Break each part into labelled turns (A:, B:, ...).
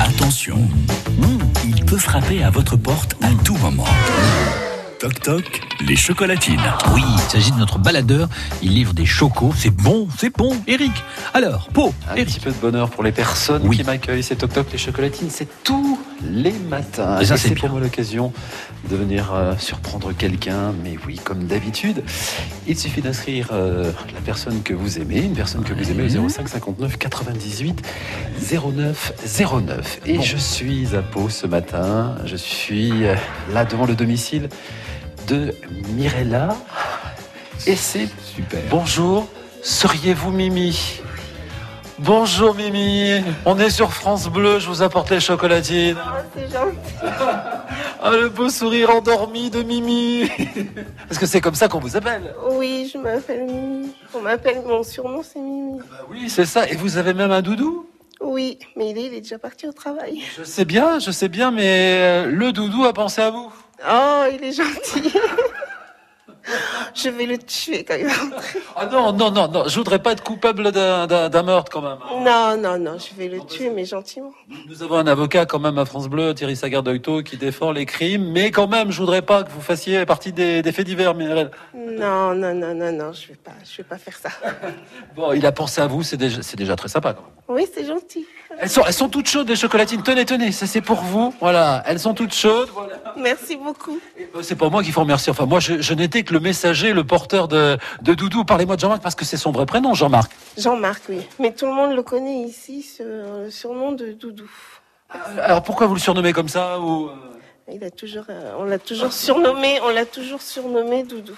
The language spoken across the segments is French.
A: Attention, il peut frapper à votre porte à tout moment. Toc toc, les chocolatines.
B: Oui, il s'agit de notre baladeur. Il livre des chocos. C'est bon, c'est bon, Eric. Alors, Po,
C: Un petit
B: Eric.
C: peu de bonheur pour les personnes
B: Oui.
C: qui m'accueillent. C'est Toc Toc les chocolatines, c'est tous les matins.
B: Et ça,
C: Et
B: c'est
C: c'est pour
B: bien.
C: moi l'occasion de venir euh, surprendre quelqu'un, mais oui, comme d'habitude. Il suffit d'inscrire euh, la personne que vous aimez, une personne que vous aimez au 05 59 98 09 09. Et je suis à Pau ce matin. Je suis euh, là devant le domicile de Mirella. Et c'est
B: Super.
C: Bonjour, seriez-vous Mimi Bonjour Mimi, on est sur France Bleu, je vous apporte les chocolatines.
D: C'est gentil.
C: Ah, le beau sourire endormi de Mimi. Parce que c'est comme ça qu'on vous appelle.
D: Oui, je m'appelle Mimi. On m'appelle, mon surnom c'est Mimi.
C: Bah oui, c'est ça. Et vous avez même un doudou
D: Oui, mais il est, il est déjà parti au travail.
C: Je sais bien, je sais bien, mais euh, le doudou a pensé à vous.
D: Oh, il est gentil. je vais le tuer quand il va rentrer.
C: Ah non, non, non, non, je voudrais pas être coupable d'un- d'un d'un meurtre quand même.
D: Non, non, non, je vais le tuer, mais gentiment.
C: Nous avons un avocat quand même à France Bleu, Thierry Sagardeuil-Tau, qui défend les crimes, mais quand même, je voudrais pas que vous fassiez partie des, des faits divers, Mireille.
D: Non, non, non, non, non, je vais pas, je vais pas faire ça.
C: Bon, il a pensé à vous, c'est déjà, c'est déjà très sympa quand même.
D: Oui, c'est gentil.
C: Elles sont, elles sont toutes chaudes, les chocolatines. Tenez, tenez, ça c'est pour vous. Voilà, elles sont toutes chaudes. Voilà.
D: Merci beaucoup.
C: Et, euh, C'est pas moi qu'il faut remercier. Enfin, moi, je, je n'étais que le messager, le porteur de, de Doudou. Parlez-moi de Jean-Marc parce que c'est son vrai prénom, Jean-Marc.
D: Jean-Marc, oui. Mais tout le monde le connaît ici, ce le surnom de Doudou.
C: Euh, Alors pourquoi vous le surnommez comme ça ou, euh,
D: Il a toujours, euh, on l'a toujours surnommé, on l'a toujours surnommé Doudou.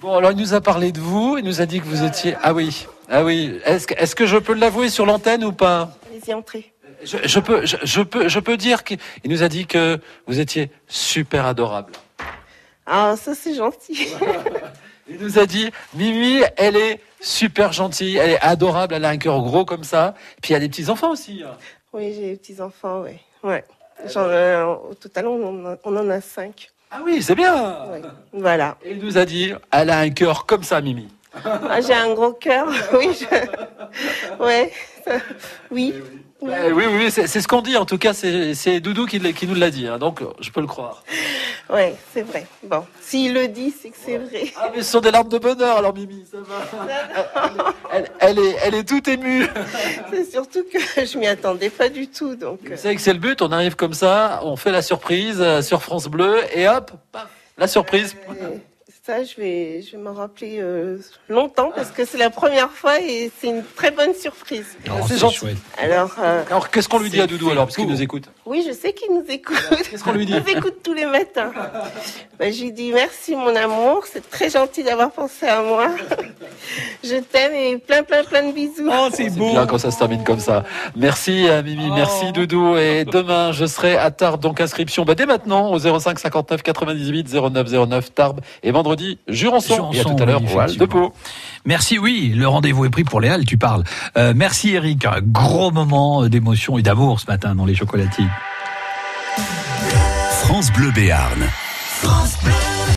C: Bon, alors il nous a parlé de vous, il nous a dit que vous étiez. Ah oui, ah oui. Est-ce que, est-ce que je peux l'avouer sur l'antenne ou pas
D: Allez-y, entrez.
C: je, je peux, je, je peux, je peux dire qu'il il nous a dit que vous étiez super adorable.
D: Ah, ça c'est gentil.
C: Il nous a dit, Mimi, elle est super gentille, elle est adorable, elle a un cœur gros comme ça. Puis il y a des petits enfants aussi. hein.
D: Oui, j'ai des petits-enfants, ouais. Ah ouais. J'en ai- au total, on en a, on en a cinq.
C: Ah oui, c'est bien.
D: Ouais. Voilà.
C: Et il nous a dit, elle a un cœur comme ça, Mimi.
D: Ah, j'ai un gros cœur, oui. je- Ouais. Oui.
C: Eh oui, oui, oui, c'est c'est ce qu'on dit. En tout cas, c'est c'est Doudou qui, l'a- qui nous l'a dit. hein, donc, je peux le croire.
D: Ouais, c'est vrai. Bon, s'il le dit, c'est que c'est vrai.
C: Ah, mais ce sont des larmes de bonheur, alors Mimi, ça va. Elle, elle est, elle est toute émue.
D: C'est surtout que je m'y attendais pas du tout, donc.
C: Vous
D: euh,
C: savez que c'est le but. On arrive comme ça, on fait la surprise euh, sur France Bleu, et hop, paf, la surprise.
D: euh, Ça, je vais, je vais m'en rappeler euh, longtemps parce que c'est la première fois et c'est une très bonne surprise.
B: Oh,
C: C'est
B: c'est
C: gentil.
B: chouette.
D: Alors, euh,
C: Alors, qu'est-ce qu'on lui dit à Doudou alors, parce qu'il
B: pour.
C: nous écoute
D: Oui, je sais qu'il nous écoute.
C: Qu'est-ce qu'on lui dit
D: Il nous écoute tous les matins. Ben, je lui dis merci mon amour, c'est très gentil d'avoir pensé à moi. Je t'aime et plein plein plein de bisous.
B: Oh, c'est
C: C'est
B: beau.
C: bien quand ça se termine comme ça. Merci euh, Mimi,
B: Oh.
C: merci Doudou. Et demain, je serai à Tarbes. Donc inscription bah, dès maintenant au 05 59 98 09 09 Tarbes. Et vendredi, Jurançon. Et à
B: Jurançon,
C: tout à l'heure,
B: oui,
C: Voile de
B: effectivement.
C: Pau.
B: Merci, oui, le rendez-vous est pris pour les Halles, tu parles. Euh, merci Eric, un gros moment d'émotion et d'amour ce matin dans les chocolatines.
A: France Bleu Béarn.
E: France Bleu.